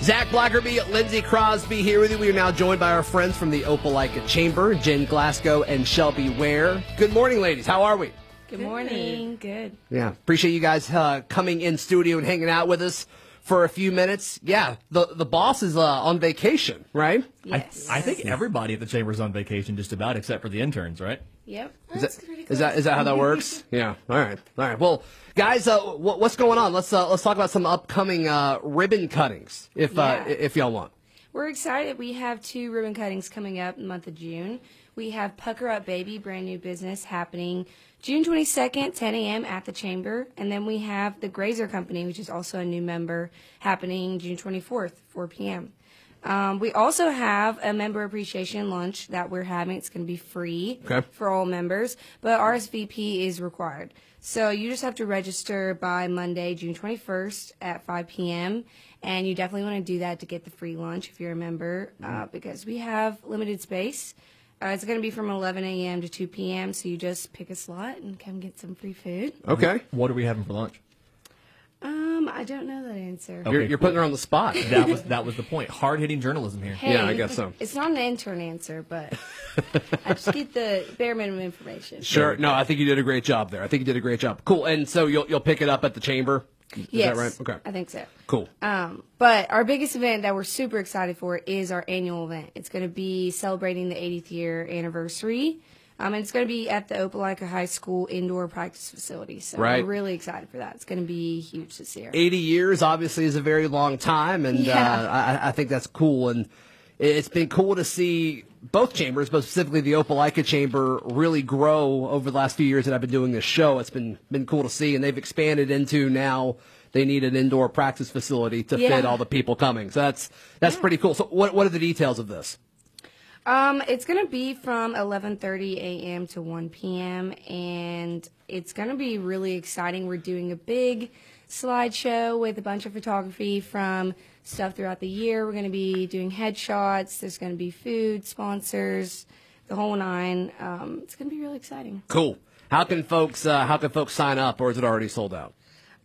Zach Blackerby, Lindsey Crosby here with you. We are now joined by our friends from the Opelika Chamber, Jen Glasgow and Shelby Ware. Good morning, ladies. How are we? Good morning. Good. Yeah, appreciate you guys uh, coming in studio and hanging out with us for a few minutes. Yeah, the the boss is uh, on vacation, right? Yes. I think everybody at the chamber's on vacation, just about, except for the interns, right? Yep. Is that, is that is that how that works? yeah. All right. All right. Well, guys, uh, wh- what's going on? Let's uh, let's talk about some upcoming uh, ribbon cuttings, if uh, Yeah. i- if y'all want. We're excited. We have two ribbon cuttings coming up in the month of June. We have Pucker Up Baby, brand new business, happening June 22nd, 10 a.m. at the Chamber. And then we have the Grazer Company, which is also a new member, happening June 24th, 4 p.m. Um, we also have a member appreciation lunch that we're having. It's going to be free Okay. for all members, but RSVP is required. So you just have to register by Monday, June 21st at 5 p.m. And you definitely want to do that to get the free lunch if you're a member, Mm-hmm. uh, because we have limited space. Uh, it's going to be from 11 a.m. to 2 p.m. So you just pick a slot and come get some free food. Okay. What are we having for lunch? Um, I don't know that answer. You're, Okay, you're cool. putting her on the spot. That was that was the point. Hard hitting journalism here. Hey, Yeah, I guess so. It's not an intern answer, but I just get the bare minimum information. Sure. No, I think you did a great job there. I think you did a great job. Cool. And so you'll you'll pick it up at the chamber. Is yes, that right? Okay. I think so. Cool. Um, but our biggest event that we're super excited for is our annual event. It's going to be celebrating the 80th year anniversary. Um, and it's going to be at the Opelika High School indoor practice facility. So Right. we're really excited for that. It's going to be huge this year. 80 years obviously is a very long time and Yeah. uh, I, I think that's cool and it's been cool to see both chambers but specifically the opelika chamber really grow over the last few years that i've been doing this show it's been been cool to see and they've expanded into now they need an indoor practice facility to fit Yeah. all the people coming so that's that's pretty cool so what, what are the details of this Um, it's gonna be from 11:30 a.m. to 1 p.m. and it's gonna be really exciting. We're doing a big slideshow with a bunch of photography from stuff throughout the year. We're gonna be doing headshots. There's gonna be food sponsors, the whole nine. Um, it's gonna be really exciting. cool how can folks uh, how can folks sign up or is it already sold out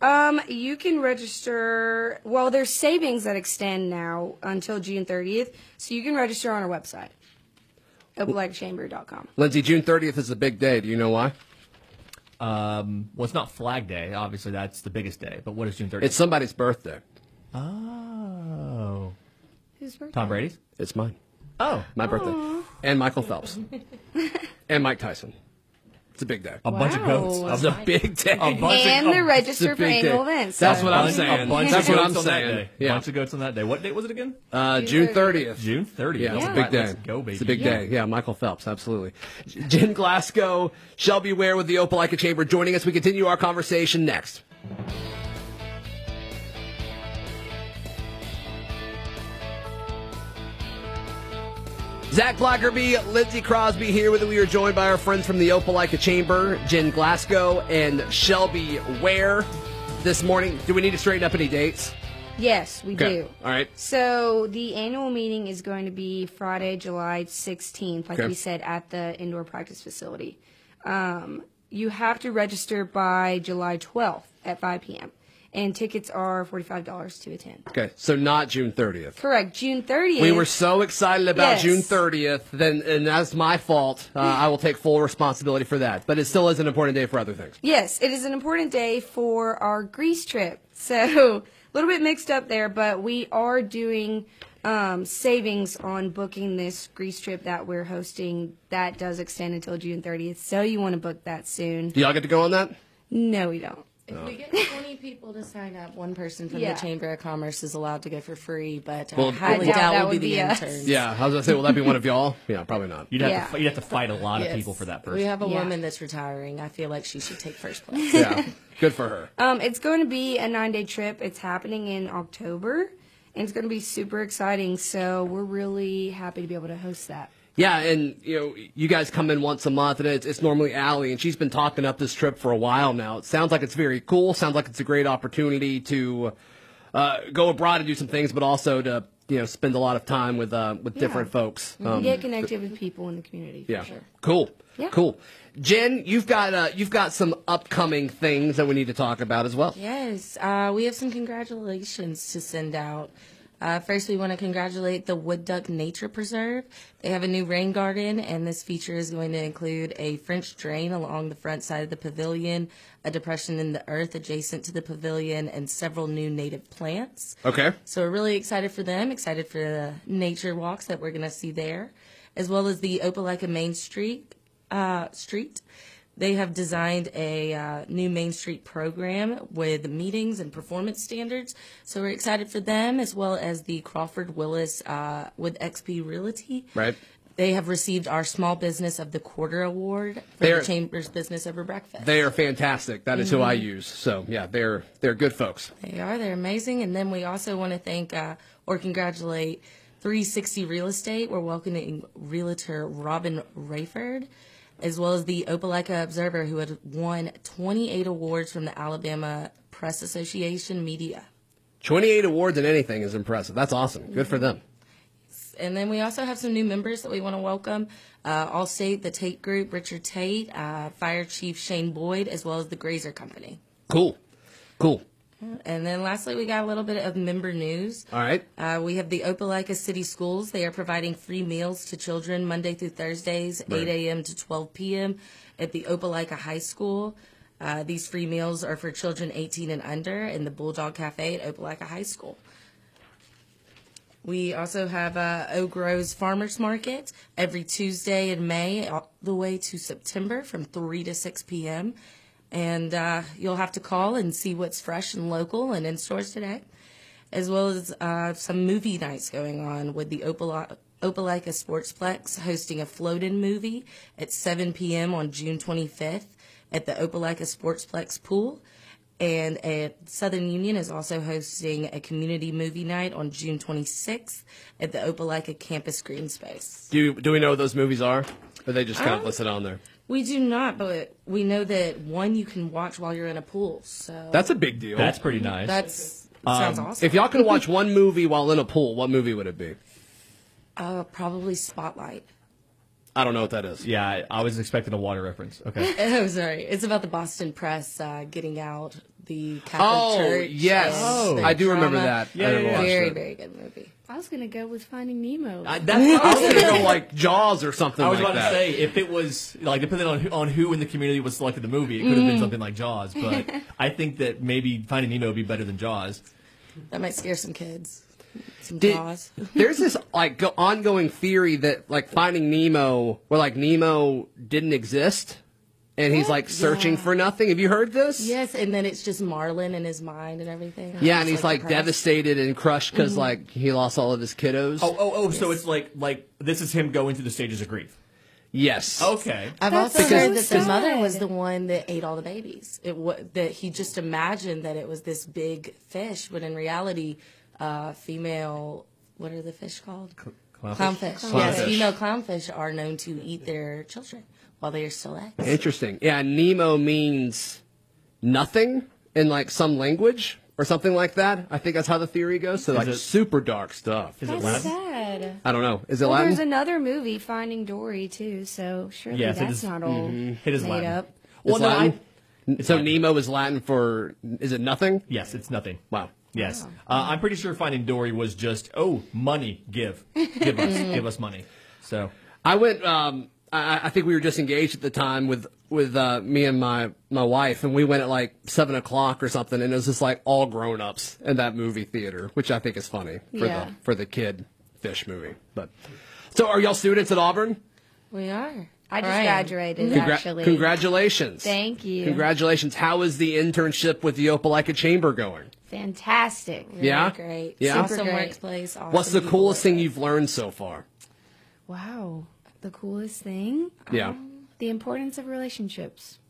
Um, you can register. Well, there's savings that extend now until June 30th, so you can register on our website, oblagchamber.com. lindsay june 30th is a big day do you know why Um, well, it's not Flag Day. Obviously, that's the biggest day. But what is June 30th? it's somebody's birthday oh, Who's birthday? Tom Brady's. it's mine Oh, My birthday. And Michael Phelps. and Mike Tyson. It's a big day. a bunch of Wow. coats. It's a big day. A bunch and of, the a register for big annual day. events. That's so- what I'm bunch- saying. A bunch That's of what goats I'm on that saying. day. Yeah. bunch of goats on that day. What date was it again? Uh, June 30th. June 30th. Yeah, it's a All big right, day. Let's go, baby. It's a big day. Yeah, Michael Phelps, absolutely. Jen Glasgow, Shelby Ware with the Opelika Chamber joining us. We continue our conversation next. Zach Blackerby, Lindsey Crosby here with you. We are joined by our friends from the Opelika Chamber, Jen Glasgow and Shelby Ware this morning. Do we need to straighten up any dates? Yes, we Okay. do. All right. So the annual meeting is going to be Friday, July 16th, like Okay. we said, at the indoor practice facility. Um, you have to register by July 12th at 5 p.m. and tickets are $45 to attend. Okay, so not June 30th. Correct. June 30th. We were so excited about Yes. June 30th, then, and that's my fault. Uh, I will take full responsibility for that. But it still is an important day for other things. Yes, it is an important day for our Greece trip. So a little bit mixed up there, but we are doing um, savings on booking this Greece trip that we're hosting. That does extend until June 30th. So you want to book that soon? Do y'all get to go on that? No, we don't. If we get 20 people to sign up, one person from Yeah. the Chamber of Commerce is allowed to go for free, but I Well, highly I doubt doubt, that will be would the be us. interns. Yeah, I was going to say, will that be one of y'all? Yeah, probably not. You'd have, Yeah. to, fi- you'd have to fight a lot Yes. of people for that person. We have a Yeah. woman that's retiring. I feel like she should take first place. Yeah, good for her. Um, it's going to be a nine day trip. It's happening in October, and it's going to be super exciting. So we're really happy to be able to host that. Yeah, and you know, you guys come in once a month, and it's, it's normally Allie, and she's been talking up this trip for a while now. It sounds like it's very cool. Sounds like it's a great opportunity to uh, go abroad and do some things, but also to you know spend a lot of time with uh, with different folks. Um, Get connected with people in the community. For Yeah. Sure. Cool. Yeah. Cool. Jen, you've got uh, you've got some upcoming things that we need to talk about as well. Yes, uh, we have some congratulations to send out. Uh, first, we want to congratulate the Wood Duck Nature Preserve. They have a new rain garden, and this feature is going to include a French drain along the front side of the pavilion, a depression in the earth adjacent to the pavilion, and several new native plants. Okay. So we're really excited for them, excited for the nature walks that we're going to see there, as well as the Opelika Main Street. Uh, street. They have designed a uh, new Main Street program with meetings and performance standards. So we're excited for them, as well as the Crawford Willis uh, with XP Realty. Right. They have received our Small Business of the Quarter Award for They're- the Chamber's Business Over Breakfast. They are fantastic. That is who Mm-hmm. I use. So yeah, they're they're good folks. They are. They're amazing. And then we also want to thank uh, or congratulate 360 Real Estate. We're welcoming realtor Robin Rayford, as well as the Opelika Observer, who had won 28 awards from the Alabama Press Association Media. Twenty eight awards and anything is impressive. That's awesome. Good for them. And then we also have some new members that we want to welcome. Uh, Allstate, the Tate Group, Richard Tate, uh, Fire Chief Shane Boyd, as well as the Grazer Company. Cool. Cool. And then lastly, we got a little bit of member news. All right. Uh, we have the Opelika City Schools. They are providing free meals to children Monday through Thursdays, 8 a.m. to 12 p.m. at the Opelika High School. Uh, these free meals are for children 18 and under in the Bulldog Cafe at Opelika High School. We also have uh, Oak Grove's Farmers Market every Tuesday in May, all the way to September from 3 to 6 p.m. And uh, you'll have to call and see what's fresh and local and in stores today, as well as uh, some movie nights going on with the Opel- Opelika Sportsplex hosting a float in movie at 7 p.m. on June 25th at the Opelika Sportsplex pool. And uh, Southern Union is also hosting a community movie night on June 26th at the Opelika Campus Green Space. Do do we know what those movies are? Or they just kind of Um, listed on there? We do not, but we know that one you can watch while you're in a pool. So That's a big deal. That's pretty nice. that's sounds awesome. if y'all could watch one movie while in a pool, what movie would it be? uh, probably Spotlight. I don't know what that is. yeah, I, I was expecting a water reference. Okay. Oh, sorry. It's about the Boston Press uh, getting out the Catholic Oh Church. yes, Oh, Oh. and I do remember drama. that. I Yeah, yeah, never yeah. watched Very, it. very good movie. I was gonna go with Finding Nemo. I, that's, I was gonna go like Jaws or something. I was like about that. to say if it was like depending on who, on who in the community was selected the movie, it could have Mm. been something like Jaws. But I think that maybe Finding Nemo would be better than Jaws. That might scare some kids. Some Did- jaws. there's this like go- ongoing theory that like Finding Nemo, where like Nemo didn't exist, and he's like searching for nothing. Have you heard this? Yes, and then it's just Marlin in his mind and everything. Yeah, and he's like, devastated. devastated and crushed because like he lost all of his kiddos. Oh, oh, oh! So it's like like this is him going through the stages of grief. yes. Okay. I've That's also so heard that the mother sad. was the one that ate all the babies. It wa that he just imagined that it was this big fish, but in reality, uh, female. What are the fish called? clownfish? Clownfish. Yes, Clownfish. female clownfish are known to eat their children while they are still eggs. Interesting. Yeah, Nemo means nothing in like some language or something like that. I think that's how the theory goes. So like it- super dark stuff. Is it That's Latin? sad. I don't know. Is it Well, Latin? there's another movie, Finding Dory, too. So surely Yes, it that's is- Mm-hmm. not all It is made Latin. up. It's Well, no, Latin? I, N- so Nemo is Latin for is it nothing? yes, it's nothing. Wow. Yes, Oh. uh, I'm pretty sure Finding Dory was just oh money give give us give us money. So I went. Um, I, I think we were just engaged at the time with with uh, me and my my wife, and we went at like seven o'clock or something, and it was just like all grown ups in that movie theater, which I think is funny for Yeah. the for the kid fish movie. But so, are y'all students at Auburn? We are. I just Or am. graduated, Congra- actually. Congratulations! Thank you. Congratulations! How is the internship with the Opelika Chamber going? Fantastic. Really Yeah? Great. Yeah? Awesome Super great. workplace. Awesome What's the people coolest work thing you've learned so far? Wow. The coolest thing? Um, Yeah. The importance of relationships.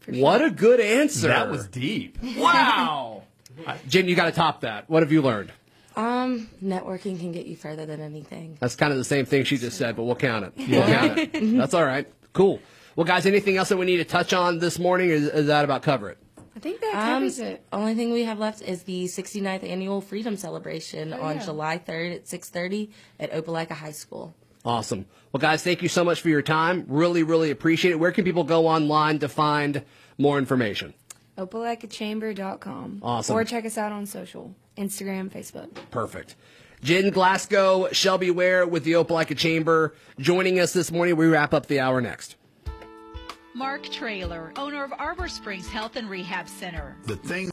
For What sure. a good answer! that was deep. wow. Uh, Jen, you got to top that. What have you learned? with. Um, Networking can get you further than anything. That's kind of the same thing she just said, but we'll count it. We'll count it. That's all right. Cool. Well, guys, anything else that we need to touch on this morning? Or is, is that about cover it? I think that Um, covers it. Only thing we have left is the 69th annual Freedom Celebration on Oh, yeah. July 3rd at 6:30 at Opelika High School. Awesome. Well, guys, thank you so much for your time. Really, really appreciate it. Where can people go online to find more information? opalacachamber.com. Awesome. Or check us out on social Instagram, Facebook. Perfect. Jen Glasgow, Shelby Ware with the Opelika Chamber joining us this morning. We wrap up the hour next. Mark Trailer, owner of Arbor Springs Health and Rehab Center. The thing